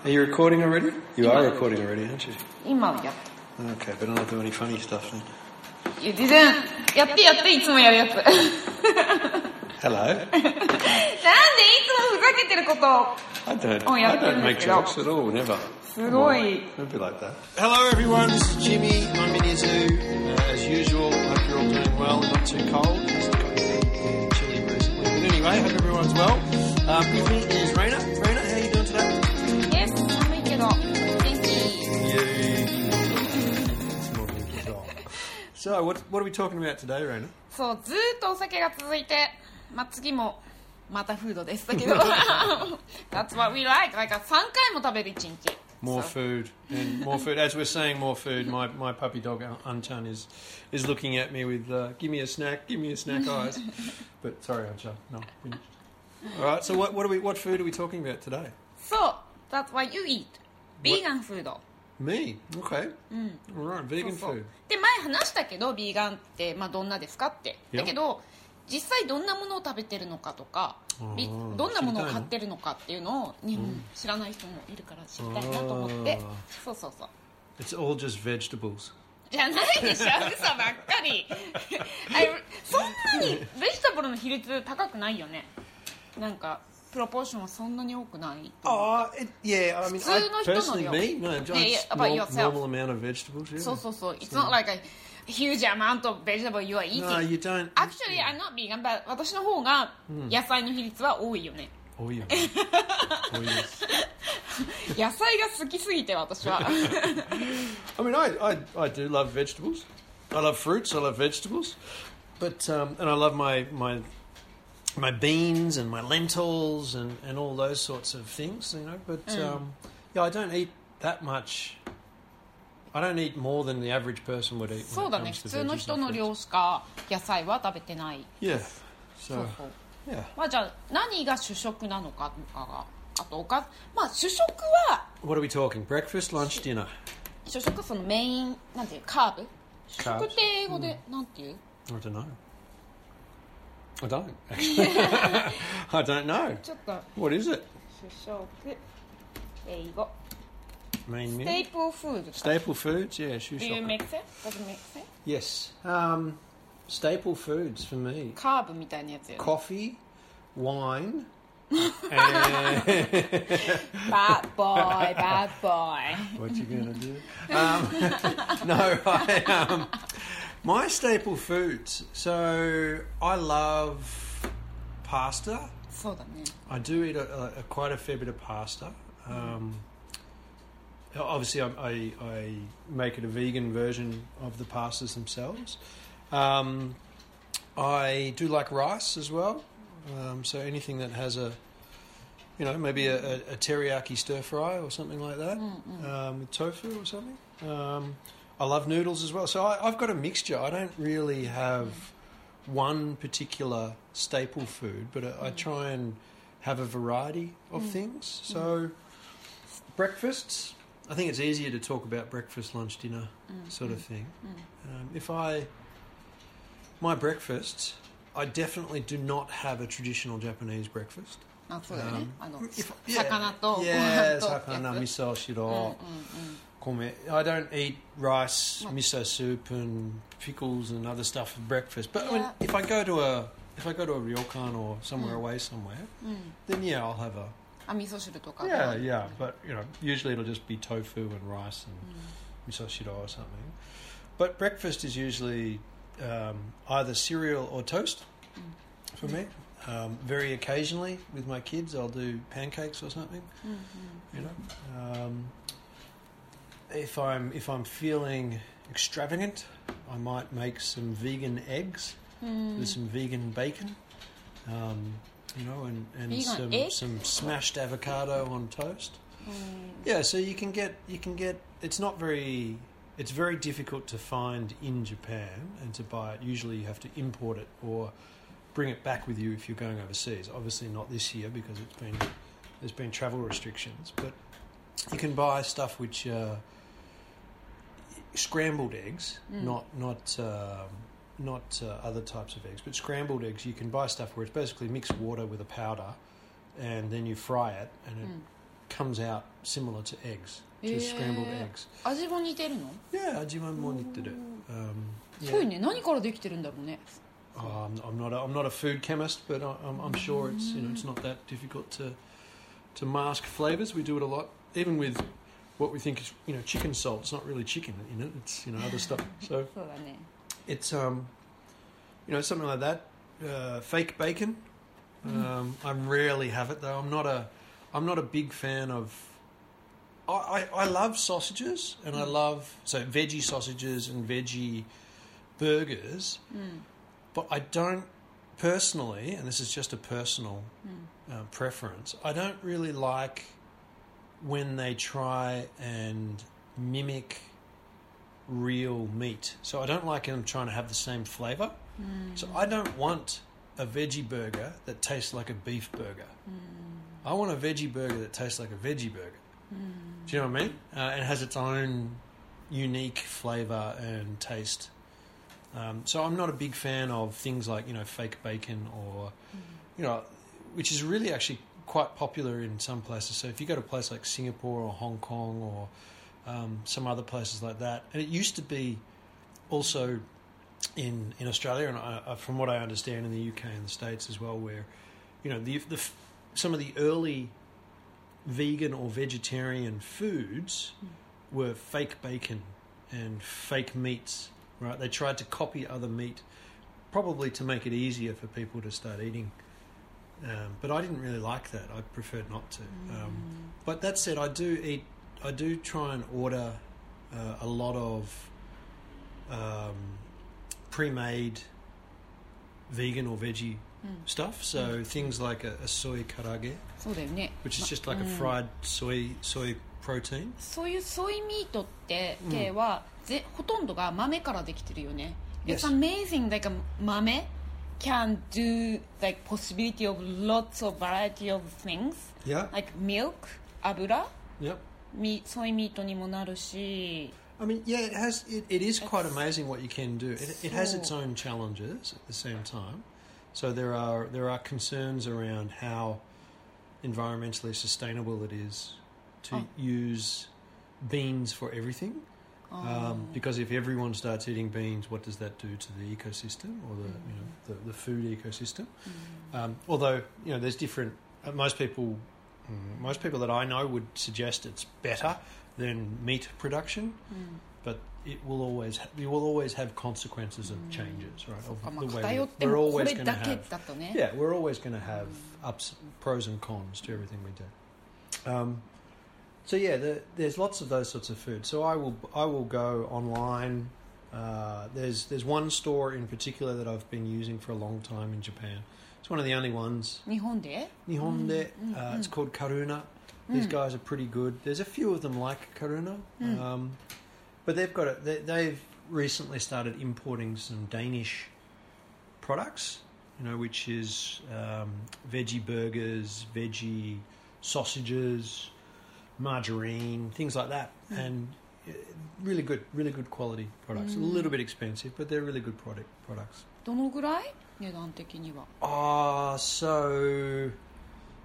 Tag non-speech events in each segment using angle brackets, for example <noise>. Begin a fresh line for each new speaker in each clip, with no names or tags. Are you recording already? You are recording already, aren't you?
今やっ
Okay, but I don't do any funny stuff then.
た。You didn't. やってやって、いつもやるやつ。 <laughs> なんでいつ
Hello.
もふざけてることを
I don't.
Oh, yeah,
I don't
yeah,
make
yeah.
jokes at all. Never.
すごい。
Don't be like that.
Hello everyone, this is Jimmy. I'm in Izu. Uh, as usual, hope you're all doing well and not too cold. It's got very chilly recently. But anyway, hope everyone's well. Um, with me is Raina. Raina, how you doing today?
え、寒いけど、元気。
So, what, what are we talking about today, Raina?
そう、ずーっとお酒が続いて、まあ、次も、またフードでしたけど。That's what we like. なんか3回も食べる一日。
More
そう
food and more food. As we're saying more food, my, my puppy dog Unchan is is looking at me with uh, "Give me a snack, give me a snack" <laughs> eyes. But sorry, Unchan, no. finished. All right. So what what are we what food are we talking about today?
そう。That's what you eat. ビーガンフード。
Me? Okay. All right, vegan
そうそう
food.
で前話したけどビーガンって、まあ、どんなですかって
いや
だけど実際どんなものを食べてるのかとかび
ー
どんなものを
知りたい
買
の
ってるのかっていうのを、ね知らない人もいるから知りたいなと思っ
あ
て
ー
そうそうそう
It's all just vegetables.
じゃないでしょ嘘ばっかり <laughs> あれそんなにベジタブルの比率高くないよねなんかプロポーションはそんなに多くない、
Oh, it, yeah. I mean,
I- 普通の人なのよ。
personally, me, no,
Yeah,
just
yeah, about
normal,
yourself.
normal amount of vegetables. Yeah.
そうそうそう It's not like a huge amount of vegetable you are eating
No, you don't.
Actually, I'm not vegan, but 私の方が野菜の比率は多い <laughs> よね。
Oh, yeah. Oh, yes.
野菜が好きすぎて私 <laughs> は。
I mean, I, I, I do love vegetables. I love fruits. I love vegetables. But um, and I love my my my beans and my lentils and, and all those sorts of things. You know, but um, yeah, I don't eat that much. I don't eat more than the average person would eat.
そうだ
when
ね、
it
普
comes to
通の
veggies and fruits.
人の量しか野菜は食べてない。
Yeah.
そう
So
そう。
yeah.
まあじゃあ何が主食なのかとかが、あとおかず、まあ主食は
What are we talking? Breakfast, lunch, dinner.
主食はそのメインなんていうカーブ。主
Carbs
食って英語で、なんていう
I don't know. I don't. Actually. <laughs> I don't know.
ちょっと
What is it?
主食英語。
Main
ステ
meal.
イプルフード。
Staple foods. Yeah, shoe
Do you
shopping.
make sense? Doesn't make sense?
Yes. Um, staple foods for me:
カーブみたいなやつよね。
coffee, wine, and
バッドボーイ、バッドボーイ。
what you gonna do? Um, <laughs> no, I um, my staple foods. So I love pasta.
そうだね
I do eat a, a, a quite a fair bit of pasta. Um, Obviously, I, I, I make it a vegan version of the pastas themselves. Um, I do like rice as well. Um, so anything that has a, you know, maybe a, a, a teriyaki stir fry or something like that um, with tofu or something. Um, I love noodles as well. So I, I've got a mixture. I don't really have one particular staple food, but I, I try and have a variety of things. So breakfasts. I think it's easier to talk about breakfast, lunch, dinner sort of thing. Um, if I my breakfasts, I definitely do not have a traditional Japanese breakfast.
あそうだよね
Um,
あの
If-
魚とご
yeah,
<laughs> 飯とってや
sakana,
つ
miso,
Mm.
shiro, kome. I don't eat rice, miso soup, and pickles and other stuff for breakfast. But I mean,
Yeah.
if I go to a if I go to a ryokan or somewhere away somewhere, then yeah, I'll have a
あ味噌汁とか
yeah, yeah, but you know, usually it'll just be tofu and rice and miso shiro or something. But breakfast is usually um, either cereal or toast for me. Um, very occasionally with my kids, I'll do pancakes or something. You know, um, if I'm if I'm feeling extravagant, I might make some vegan eggs
Mm.
with some vegan bacon. Um, you know, and, and
Vegan
some
eggs?
some smashed avocado on toast. Yeah, so you can get you can get it's not very it's very difficult to find in Japan and to buy it. Usually you have to import it or bring it back with you if you're going overseas. Obviously not this year because it's been there's been travel restrictions, but you can buy stuff which uh, scrambled eggs, not not um, not uh, other types of eggs, but scrambled eggs. You can buy stuff where it's basically mixed water with a powder, and then you fry it, and it comes out similar to eggs, to
Yeah.
scrambled eggs.
味も似てるの
Yeah, Ajimon Morning did it. Um,
そうよ
yeah.
ね何からできてるんだろうね
Oh, I'm, I'm not. A, I'm not a food chemist, but I, I'm, I'm sure it's you know it's not that difficult to to mask flavors. We do it a lot, even with what we think is you know chicken salt. It's not really chicken in it. It's you know other stuff. So
そうだね
it's um, you know something like that. Uh, fake bacon. Um, I rarely have it though. I'm not a I'm not a big fan of. I, I, I love sausages and I love so veggie sausages and veggie burgers, but I don't personally, and this is just a personal uh, preference. I don't really like when they try and mimic real meat. So I don't like them trying to have the same flavour. So I don't want a veggie burger that tastes like a beef burger. I want a veggie burger that tastes like a veggie burger. Do you know what I mean? Uh, it has its own unique flavour and taste. Um, so I'm not a big fan of things like you know fake bacon or you know, which is really actually quite popular in some places. So if you go to a place like Singapore or Hong Kong or um, some other places like that. And it used to be also in in Australia, and I, I- from what I understand, in the UK and the States as well, where you know the, the f- some of the early vegan or vegetarian foods were fake bacon and fake meats. Right? They tried to copy other meat, probably to make it easier for people to start eating. Um, but I didn't really like that. I preferred not to. Um, but that said, I do eat. I do try and order uh, a lot of um, pre-made vegan or veggie stuff. So things like a, a soy karage,
そうだよね
which is just like a fried soy soy protein.
そういうソイミートって系は、ぜほとんどが豆からできてるよね。
Yes.
It's amazing like a 豆 can do like possibility of lots of variety of things
Yeah.
like milk 油
Yep.
みソイミートにもなるし
I mean, yeah, it has. It, it is quite amazing what you can do. It, it has its
So-
own challenges at the same time. So there are there are concerns around how environmentally sustainable it is to
Oh.
use beans for everything.
Oh.
Um, because if everyone starts eating beans, what does that do to the ecosystem or the you know the, the food ecosystem? Um, although you know there's different. Uh, most people, mm, most people that I know would suggest it's better than meat production, but it will always ha- you will always have consequences of changes, right?
そっか
Of
まあ
the way
偏っ
we-
て
we're
もこ
always
れ
going to
だけ
have
だとね
yeah, we're always going to have ups, pros and cons to everything we do. Um, so yeah, the, there's lots of those sorts of food. So I will I will go online. Uh, there's there's one store in particular that I've been using for a long time in Japan. It's one of the only ones.
日本で
Nihon de. Uh, it's called Karuna. These guys are pretty good. There's a few of them like Karuna, um, but they've got it. They, they've recently started importing some Danish products. You know, which is um, veggie burgers, veggie sausages, margarine, things like that, and uh, really good, really good quality products. A little bit expensive, but they're really good product products.
どのぐらい値段的には
Ah, so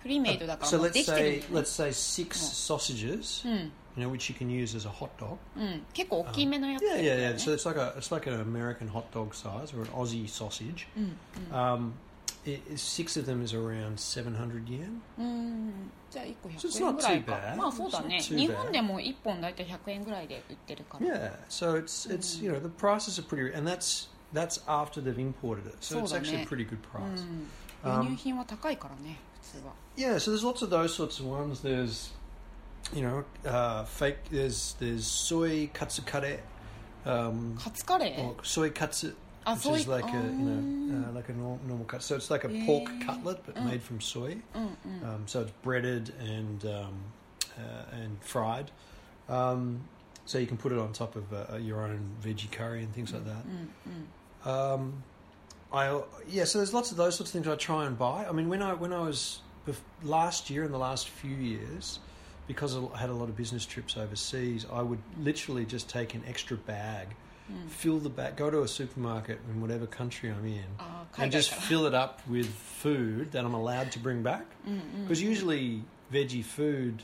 プリメイドだから
so
もう
let's
できてる
say
んだよね
let's say six sausages,
うん、
you know, which you can use as a hot dog.
うん、結構大きめのやつ
Yeah,
だ
yeah,
よ
yeah.
ね
So it's like a it's like an American hot dog size or an Aussie sausage.
うん、
Um, i i- six of them is around seven hundred yen.
うんじゃあ1個
So it's not
100円ぐらい
too bad.
かまあそうだね
It's not too bad.
日本でも1本大体100円ぐらいで売ってるから
Yeah. So it's it's you know the prices are pretty, and that's that's after they've imported it. So it's
Sort of,
actually a
yeah.
pretty good price.
Mm. うん
Um,
輸入品は高いからね普通は
Yeah, so there's lots of those sorts of ones. There's, you know, uh, fake. There's there's soy katsukare, um,
カツカレ
or
ー
soy katsu,
Ah,
which
soy-
is like a you know
oh.
uh, like a nor- normal cut. So it's like a pork
Yeah. Oh.
cutlet, but made from soy.
うんうん
Um, so it's breaded and um, uh, and fried. Um, so you can put it on top of uh, your own veggie curry and things like that.
うんうん
Um, I yeah, so there's lots of those sorts of things I try and buy. I mean, when I when I was bef- last year and the last few years, because I had a lot of business trips overseas, I would literally just take an extra bag, fill the bag, go to a supermarket in whatever country I'm in,
あー海
and
外
just
から
fill it up
Hmm.
with food that I'm allowed to bring back. Because usually veggie food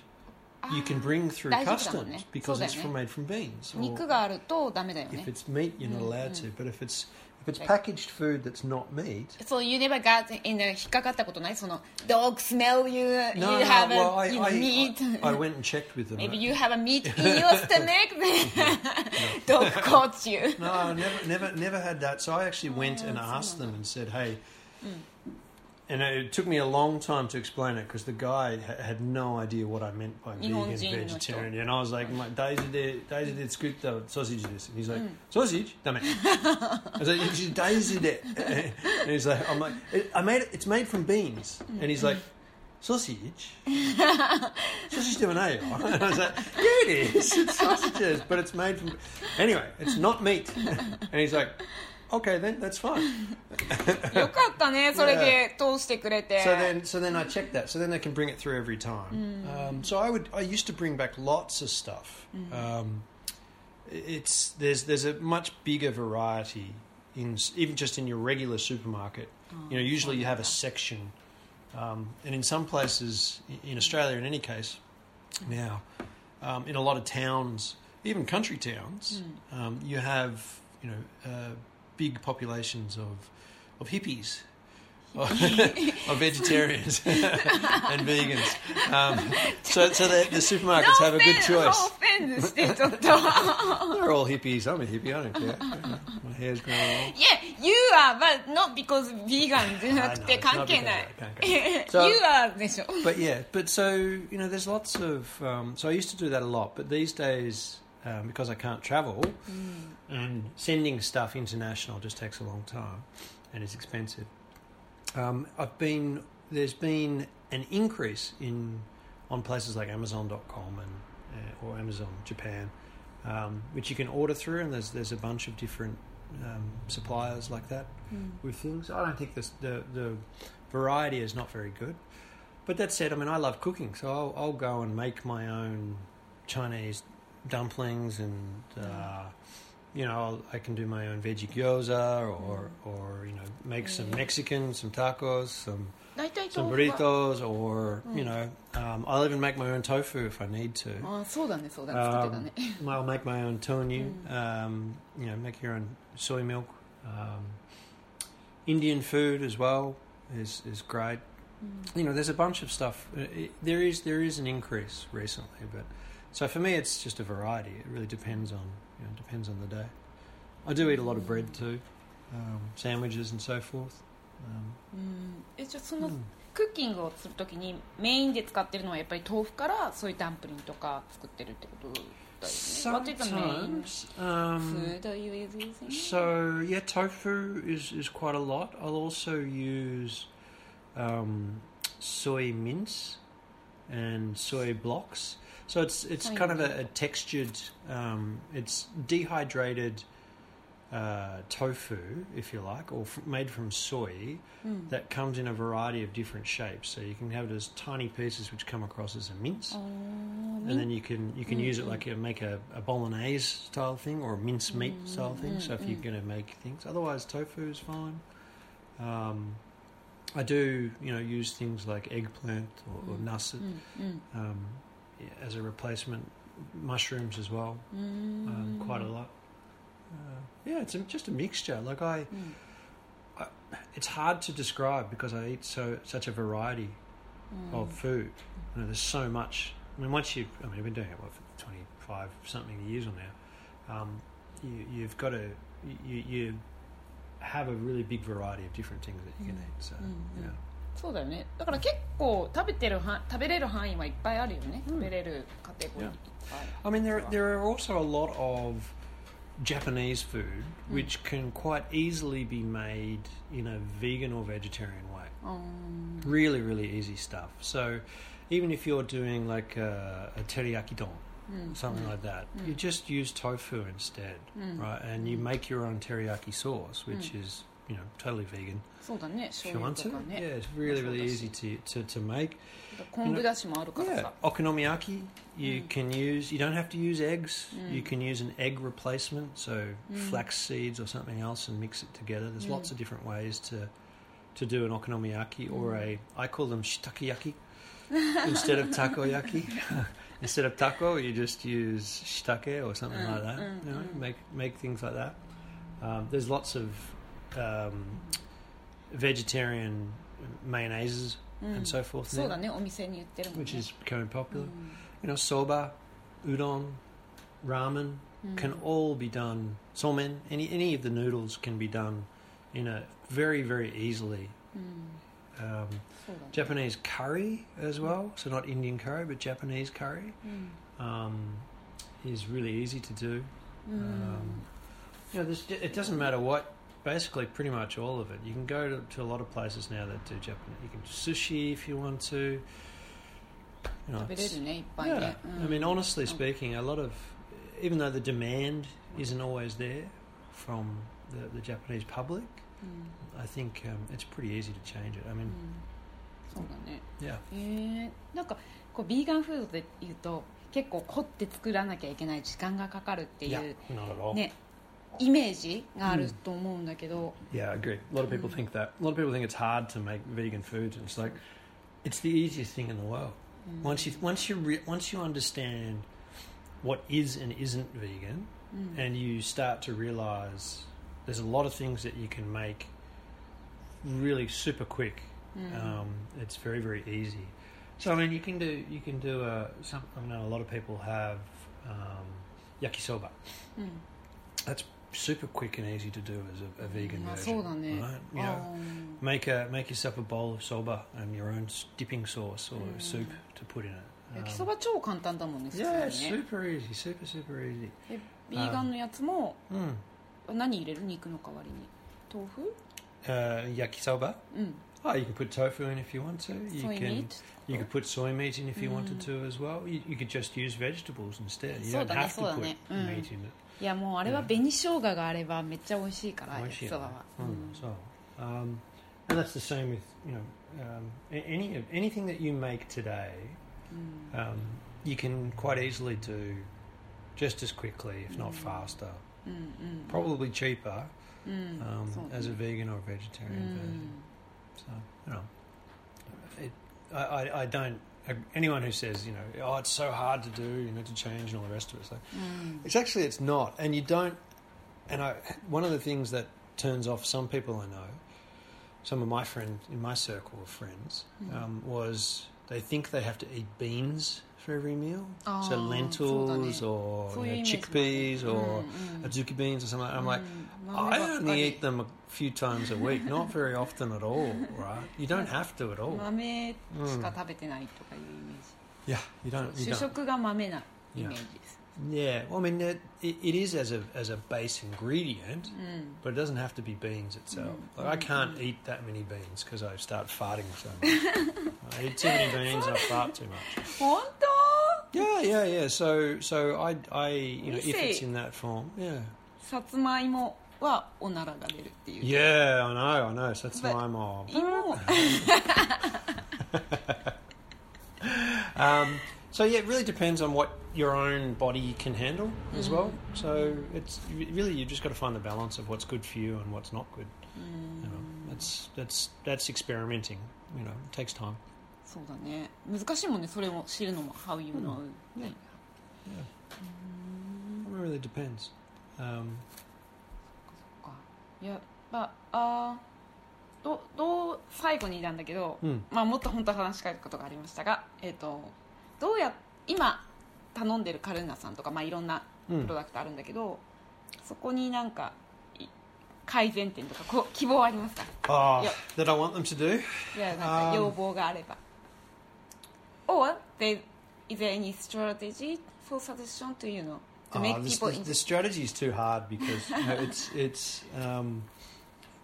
you
Ah,
can bring through
大丈夫だもんね。
customs because it's
そうだよね。
from made from beans. or
肉があるとダメだよ
if
ね
it's meat, you're not
Mm,
allowed to. But if it's if it's
Okay.
packaged food that's not meat,
そう you never got in the 引っかかったことないその dog smell you
no, no,
you have a
well, I,
you
I,
meat
I, I went and checked with them. Uh,
maybe you have a meat in
<laughs>
your stomach <laughs> dog caught you
No, I never, never, never had that. So I actually went
Oh,
and asked them and said, "Hey," and it took me a long time to explain it because the guy ha- had no idea what I meant by vegan,
Nihonjin no
vegetarian,
hito.
and I was like, "My Daisy did, Daisy did scoop the sausage this," and he's like, "Sausage, damn it!" I was like, "It's Daisy did," <laughs> and he's like, "I'm like, it, I made it. It's made from beans," and he's like. Sausage, sausage lemonade. <laughs> And I was like, yeah, it is. It's sausages, but it's made from. Anyway, it's not meat. <laughs> And he's like, okay, then that's fine.
よかったねそれで通してくれて
So then, so then I checked that. So then they can bring it through every time. Um, so I would, I used to bring back lots of stuff. Um, it's there's there's a much bigger variety in s- even just in your regular supermarket. You know, usually you have a section, um, and in some places i- in Australia, in any case, now um, in a lot of towns, even country towns, um, you have you know uh, big populations of of hippies. <laughs> of vegetarians <laughs> and vegans, um, so so the, the supermarkets have a good choice.
ノーフェンスしてちょっ
<laughs>
と Yeah
They're all hippies. I'm a hippie. I don't care. My hair's growing long.
you are but not because vegan じゃなく
I know,
て
it's
関
not
係
because
ない
I can't
<laughs> you
go.
are でしょ
But yeah, but so you know, there's lots of. Um, so I used to do that a lot, but these days, um, because I can't travel, and sending stuff international just takes a long time, and it's expensive. Um, I've been there's been an increase in on places like Amazon.com and uh, or Amazon Japan, um, which you can order through, and there's there's a bunch of different um, suppliers like that with things. I don't think this, the the variety is not very good. But that said, I mean, I love cooking, so I'll, I'll go and make my own Chinese dumplings, and uh, you know, I'll, I can do my own veggie gyoza, or or you know, make some Mexican, some tacos, some
大体
some
豆腐は
burritos, or you know, um, I'll even make my own tofu if I need to.
あーそうだねそうだね作ってた
Um,
ね
I'll make my own tonu. Um, you know, make your own soy milk. Um, Indian food as well is is great. You know, there's a bunch of stuff. Uh, it- There is there is an increase recently, but so for me, it's just a variety. It really depends on you know, depends on the day. I do eat a lot of bread too, um, sandwiches and so forth. Um,
うんえじゃあその
mm.
クッキングをするときにメインで使ってるのはやっぱり豆腐からそういうダンプリンとか作ってるってことだよね。What is the main
Sometimes, um,
food are you using?
So yeah, tofu is is quite a lot. I'll also use um, soy mince and soy blocks. So it's it's
Soy
kind of a, a textured, um, it's dehydrated uh, tofu, if you like, or f- made from soy
Mm.
that comes in a variety of different shapes. So you can have it as tiny pieces which come across as a mince.
あー
And then you can you can use it like a, make a, a bolognese style thing or a mince meat style thing. So if you're going to make things, otherwise tofu is fine. Um, I do you know use things like eggplant or, or
Mm.
nusset
うん
um, yeah, as a replacement. Mushrooms as well,
うん
um, quite
Mm.
a lot. Uh, yeah, it's a, just a mixture. Like I,
うん
I, it's hard to describe because I eat so such a variety
うん
of Oh, food. You know, there's so much. I mean, once you, I mean, I've been doing it what, for 25 something years on now. Um, you, you've got to, you, you have a really big variety of different things that you can eat. So,
Mm,
yeah.
そうだよね。だから結構食べてるは食べれる範囲はいっぱいあるよね。食べれるカテゴリーいっぱい。
I mean, there are, there are also a lot of Japanese food
Mm.
which can quite easily be made in a vegan or vegetarian way.
Mm. うん。
Really, really easy stuff. So, even if you're doing like a, a teriyaki don,
うん。
something like that.
Mm.
You just use tofu instead, right? And you make your own teriyaki sauce, which is you know totally vegan
そうだね。
if you
醤油
want
と
to.
か
Yeah,
ね。
it's really really easy to, to, to make.
昆布だしもあるから
Yeah,
さ。
okonomiyaki. You can use. You don't have to use eggs. You can use an egg replacement, so flax seeds or something else, and mix it together. There's lots of different ways to to do an okonomiyaki or a. I call them shiitake yaki instead of takoyaki. <laughs> Instead of taco, you just use shitake or something like that. you know, make make things like that. Um, there's lots of um, vegetarian mayonnaises
Mm.
and so forth,
そう
now,
だねお店に売ってるもんね
which is becoming popular. You know, soba, udon, ramen can
Mm.
all be done. Somen, any any of the noodles can be done, you know, very very easily. Um,
そうだね
Japanese curry as well, so not Indian curry, but Japanese curry
うん
um, is really easy to do. Um, you know, this, it doesn't matter what. Basically, pretty much all of it. You can go to, to a lot of places now that do Japanese. You can do sushi if you want to. You know,
食べれ
it's-
るねいっぱい
yeah.
ね
I
うん
mean, honestly speaking, a lot of, even though the demand isn't always there from the, the Japanese public,
うん
I think um, it's pretty easy to change it. I
う
mean,
んそうだね
yeah.
へえんかこうビーガンフードで言うと結構凝って作らなきゃいけない時間がかかるってい
Yeah,
う
not at all.
ねイメージがあると思うんだけど
Yeah, I agree. A lot of people think that. A lot of people think it's hard to make vegan foods. and It's like, it's the easiest thing in the world. Once you once you re, once you understand what is and isn't vegan, and you start to realize there's a lot of things that you can make really super quick. Um, it's very very easy. So I mean, you can do you can do a, some. I know a lot of people have um, yakisoba. That's super quick and easy to do as a, a vegan
まあ
version.
そうだね
right?
あ
You know, make a make yourself a bowl of soba and your own s- dipping sauce or soup to put in it. Um,
ー焼きそば超簡単だもんね普通
yeah,
にね
super easy, super super easy.
でビーガンのやつも
Mm.
何入れる肉の代わりに豆腐
Uh, yakisoba.
うん
Oh, you can put tofu in if you want to. You
ソイ
can
ミート
you could put soy meat in if you wanted to as well. You, you could just use vegetables instead. You don't
そうだね、
have to
そうだ
put
ね。
meat
うん。
in it.
いやもうあれは紅生姜があればめっちゃ美味しいから
美
焼
味しい
き
よ
そば
ね
は、Mm.
うんそう。Um, and that's the same with you know um, a- any of- anything that you make today, um, you can quite easily do just as quickly, if not faster,
うんうん、
probably cheaper
うん、
um,
そうね
as a vegan or vegetarian
う
version.
ん
So you know, it, I, I, I don't. Anyone who says you know, oh, it's so hard to do, you know, to change and all the rest of it, it's like, it's actually it's not. And you don't. And I, one of the things that turns off some people I know, some of my friends in my circle of friends, um, was they think they have to eat beans for every meal, so
Ah,
lentils
そうだね。
or
そう
Oh, you
い
know,
うイメージもある
chickpeas or
うんうん
azuki beans or something. I'm like.
うん
Hmm.
豆
I
ばっかり
only eat them a few times a week, not very often at all, right? You don't have to at all.
豆しか食べてないとかいうイメージ
Yeah, you don't.
主
You don't.
食が豆なイメージです、
Yeah, well, I mean, it, it, it is as a as a base ingredient, but it doesn't have to be beans itself.
Mm.
Like, I can't eat that many beans because I start farting so much.
<laughs>
I eat too many beans, I fart too much.
本当
Yeah, yeah, yeah. So, so I, I, you know,
You
if it's
see.
in that form, yeah,
さつまいもはおならが出るっていう
yeah, I know, I know. So that's
But-
my
<laughs>
mob.
芋
Um, so yeah, it really depends on what your own body can handle as
Mm-hmm.
well. So it's really you've just got to find the balance of what's good for you and what's not good. You know, that's that's that's experimenting. You know, it takes time.
そうだね難しいもんねそれを知るのも How you know、ね
It really depends. Um,
そっかいやまああーどどう最後になんだけど、
うん
まあ、もっと本当は話し変えることがありましたが、えー、とどうや今頼んでるカルーナさんとか、まあ、いろんな
うん
プロダクトあるんだけど、そこになんかい改善点とかこう希望ありますか
oh,
Yeah.
that I want them to do.
いやなん
あ
か
ー
要望があれば Or they, is there any strategy for suggestion to you know to make
Oh, this-
people
this-
into-
the strategy is too hard because you know, it's it's um,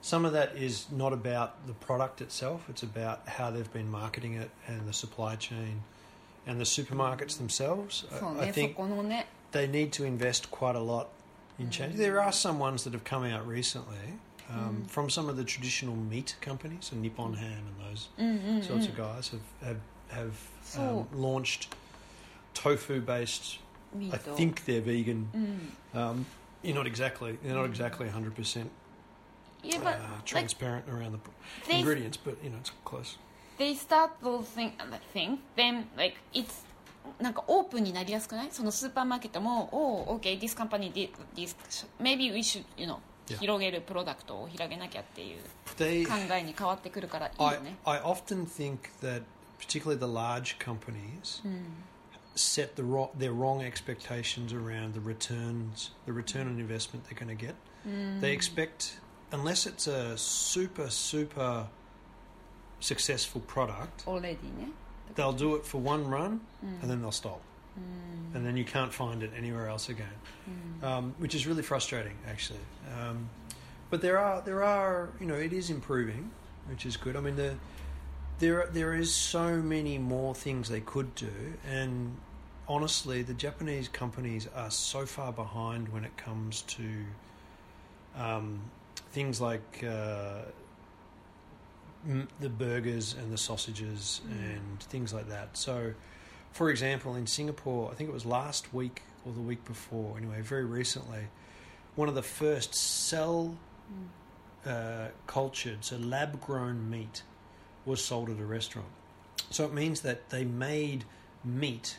some of that is not about the product itself. It's about how they've been marketing it and the supply chain and the supermarkets themselves.
そう
I, I
ねそ
think
このね
they need to invest quite a lot
Mm.
in change. There are some ones that have come out recently um,
Mm.
from some of the traditional meat companies, and Nippon Han and those
うんうんうん
sorts of guys have have, have um,
Mm-hmm. So-
launched tofu based
ミ
I
ート
think they're vegan.
うん、
Um, you're not exactly you're not exactly 100%
Mm. Yeah,
uh,
but like
transparent around the p-
they
ingredients, but you know it's close.
they start those thing, things, then like it's なんかオープンになりやすくないそのスーパーマーケットも「おお OK this company did this maybe we should you know
Yeah.
広げるプロダクトを広げなきゃ」っていう
They,
考えに変わってくるからいいよ
I,
ね
I often think that particularly the large companies set the ro- their wrong expectations around the returns, the return on investment they're going to get.
Mm.
They expect, unless it's a super, super successful product,
オレディね
they'll do it for one run and then they'll stop. And then you can't find it anywhere else again, um, which is really frustrating, actually. Um, but there are there are you know it is improving, which is good. I mean the there there is so many more things they could do, and honestly, the Japanese companies are so far behind when it comes to um, things like uh, m- the burgers and the sausages and things like that. So, for example, in Singapore, I think it was last week or the week before, anyway, very recently, one of the first cell uh, cultured, so lab grown meat was sold at a restaurant. So it means that they made meat,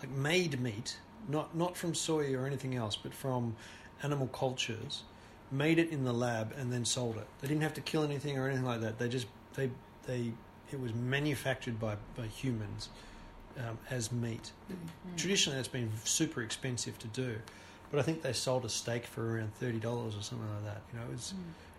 like made meat, not not from soy or anything else, but from animal cultures, made it in the lab and then sold it. They didn't have to kill anything or anything like that. They just they they it was manufactured by by humans um, as meat.
Hmm.
Traditionally, that's been super expensive to do, but I think they sold a steak for around thirty dollars or something like that. You know, it's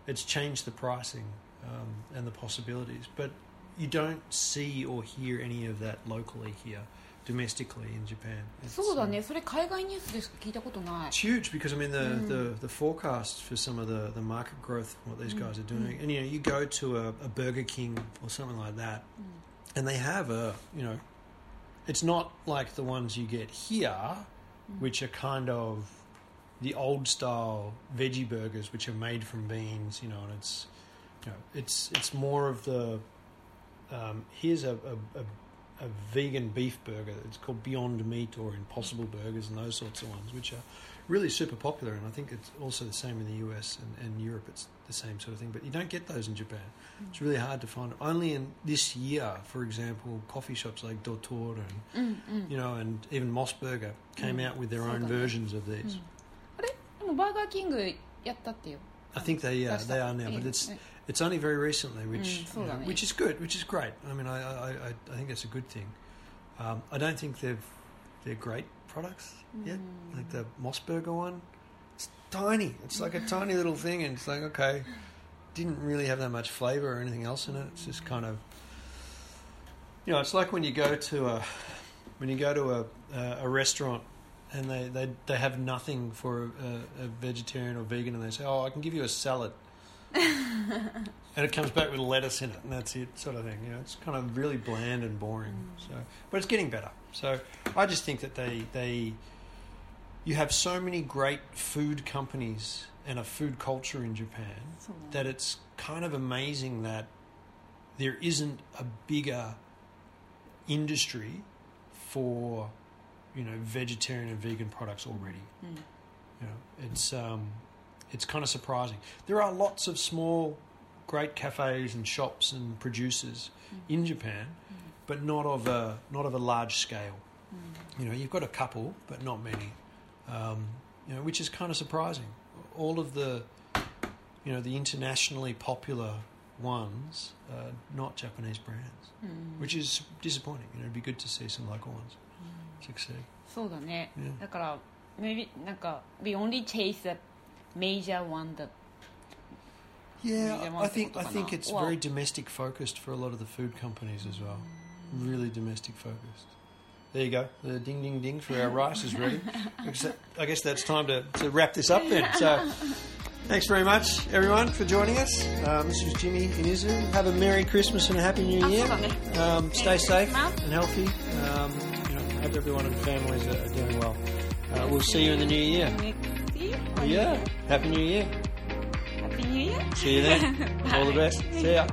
it's changed the pricing um, and the possibilities, but you don't see or hear any of that locally here, domestically in Japan. It's,
そうだ
um,
ねそれ海外ニュースでしか聞いたことない
It's huge because I mean the, the, the forecasts for some of the, the market growth what these guys are doing, and you know you go to a, a Burger King or something like that, and they have a you know, it's not like the ones you get here, which are kind of the old style veggie burgers which are made from beans, you know, and it's you know it's it's more of the um, here's a, a, a a vegan beef burger. It's called Beyond Meat or Impossible Burgers and those sorts of ones, which are really super popular. And I think it's also the same in the US and, and Europe. It's the same sort of thing, but you don't get those in Japan. It's really hard to find. Only in this year, for example, coffee shops like Dottor and you know, and even Mossburger came
Mm.
out with their own
Sort of.
versions of these.
Mm. あれでもバーガーキングやったってよ
I think they yeah
That's
they
not-
are now,
yeah,
but it's
yeah.
it's only very recently, which
Mm, full
you know,
on it.
which is good, which is great. I mean, I I, I, I think that's a good thing. Um, I don't think they've they're great products yet, like the Mossberger one. It's tiny. It's like a tiny little thing, and it's like okay, didn't really have that much flavor or anything else in it. It's just kind of you know, it's like when you go to a when you go to a a, a restaurant and they, they, they have nothing for a, a vegetarian or vegan, and they say, "Oh, I can give you a salad," and it comes back with lettuce in it, and that's it, sort of thing. You know, it's kind of really bland and boring. So, but it's getting better. So, I just think that they they you have so many great food companies and a food culture in Japan
そうだ
that
ね
it's kind of amazing that there isn't a bigger industry for you know vegetarian and vegan products already. You know, it's um, it's kind of surprising. There are lots of small, great cafes and shops and producers in Japan, but not of a not of a large scale. You know, you've got a couple, but not many. Um, you know, which is kind of surprising. All of the you know the internationally popular ones are not Japanese brands, which is disappointing. You know, it'd be good to see some local ones succeed.
そうだね、
Yeah.
だから maybe なんか we only chase the major one that
Yeah,
Medium
I
or
think I think
something like
it's
that. Well-
very domestic focused for a lot of the food companies as well. Really domestic focused. There you go. The ding ding ding for our rice is ready. Except- I guess that's time to, to wrap this up then. So thanks very much everyone for joining us. Um, this was Jimmy and Izu. Have a Merry Christmas and a Happy New
Ah,
Year.
hold on there.
Um, stay safe
Mouth.
and healthy. Um, you know, hope everyone and families are, are doing well. Uh, we'll see you in the new year.
next year
Yeah. Happy New Year.
Happy New Year
See you then. All the best. See ya.